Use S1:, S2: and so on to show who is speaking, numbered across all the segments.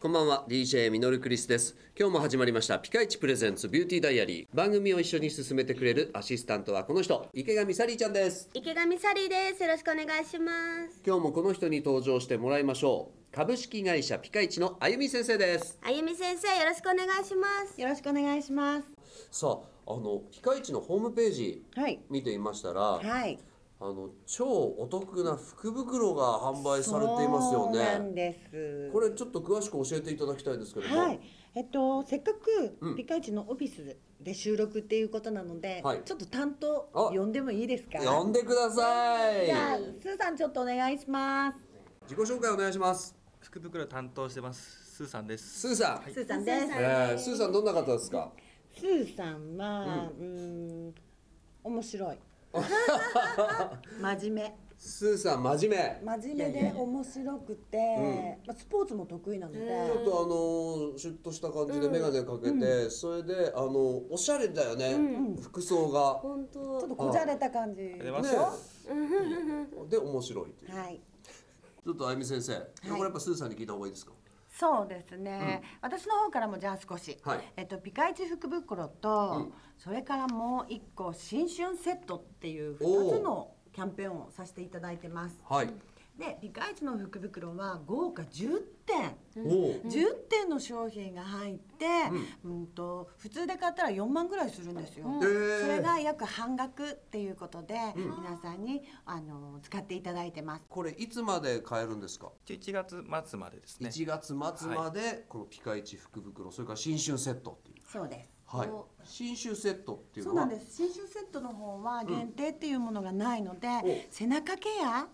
S1: こんばんは DJ ミノルクリスです今日も始まりましたピカイチプレゼンツビューティーダイアリー番組を一緒に進めてくれるアシスタントはこの人池上サリーちゃんです
S2: 池上サリーですよろしくお願いします
S1: 今日もこの人に登場してもらいましょう株式会社ピカイチのあゆみ先生です
S2: あゆみ先生よろしくお願いします
S3: よろしくお願いします。
S1: さああのピカイチのホームページ
S3: はい。
S1: 見ていましたら、
S3: はい。
S1: あの超お得な福袋が販売されていますよ
S3: そうなん
S1: ね
S3: です。
S1: これちょっと詳しく教えていただきたいんですけれども、
S3: はい。えっと、せっか
S1: うん
S3: くピカイチのオフィスで収録っていうことなので、
S1: はい
S3: ちょっと担当
S1: あ
S3: 呼んでもいいですか。
S1: 呼んでください
S3: じゃあ、スーさんちょっとお願いします。
S1: 自己紹介お願いします
S4: 福袋担当してますスーさんです
S1: スーさん、
S3: スーさんです。
S1: えー、スーさんどんな方ですか
S3: スーさんは、うーん、面 白い。真面
S1: スーさん真面
S3: 目。
S1: 目
S3: 真面目で面白くて、まあスポーツも得意なので。
S1: ちょっとあのーシュッとした感じで眼鏡かけて、それであのーおしゃれだよね、服装が
S2: 本
S3: ちょっ
S2: 当
S3: とこじゃれた感じ。
S4: 出ます
S1: ねで面白いという
S3: はい。
S1: ちょっとあゆみ先生、これやっぱスーさんに聞いた方がいいですか
S5: そうですね、私の方からもじゃあ少し、
S1: はい
S5: えっと、ピカイチ福袋と、それからもう一個新春セットっていう
S1: おー
S5: 2つのキャンペーンをさせていただいてます
S1: はい、
S5: でピカイチの福袋は豪華10点、
S1: おお
S5: 10点の商品が入って、うん、と普通で買ったら4万ぐらいするんですよ、
S1: えー
S5: それが約半額っていうことで、皆さんにあの使っていただいてます
S1: これいつまで買えるんですか
S4: 11月末までですね
S1: 1月末までこのピカイチ福袋それから新春セットっていう
S5: そうです
S1: はい
S2: お
S1: 新春セットっていう
S5: そ
S1: の
S5: う
S1: は
S5: なんです新春セットの方は限定っていうものがないので、
S1: お
S5: 背中ケア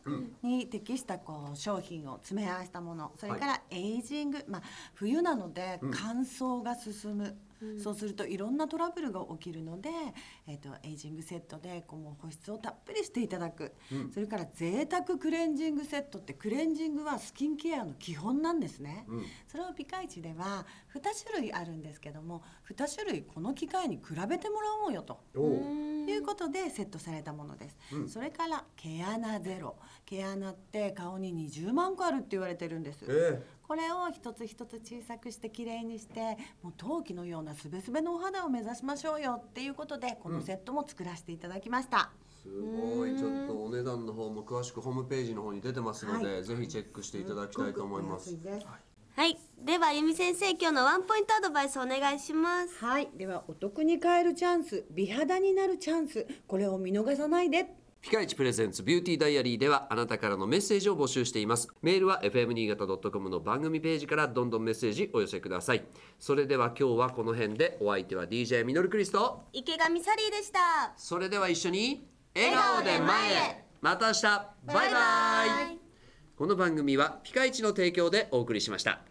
S5: に適したこう商品を詰め合わせたものそれからエイジング、まあ、冬なので乾燥が進む、そうするといろんなトラブルが起きるので、えー、とエイジングセットでこう保湿をたっぷりしていただく、それから贅沢クレンジングセットってクレンジングはスキンケアの基本なんですね、それをピカイチでは2種類あるんですけども2種類この機会に比べてもらおうよと。
S1: おお
S5: いうことでセットされたものです、それから毛穴ゼロ毛穴って顔に20万個あるって言われてるんです、
S1: え
S5: これを一つ一つ小さくして綺麗にしてもう陶器のようなすべすべのお肌を目指しましょうよっていうことでこのセットも作らせていただきました、
S1: すごいちょっとお値段の方も詳しくホームページの方に出てますので、ぜひチェックしていただきたいと思います
S5: 安いです
S2: はいではあゆみ先生今日のワンポイントアドバイスお願いします
S3: はい、ではお得に買えるチャンス美肌になるチャンスこれを見逃さないで
S1: ピカイチプレゼンツビューティーダイアリーではあなたからのメッセージを募集していますメールは fm 新潟 .com の番組ページからどんどんメッセージお寄せくださいそれでは今日はこの辺でお相手は DJ ミノルクリスト
S2: 池上サリーでした
S1: それでは一緒に笑顔で前へまた明日バイバイこの番組はピカイチの提供でお送りしました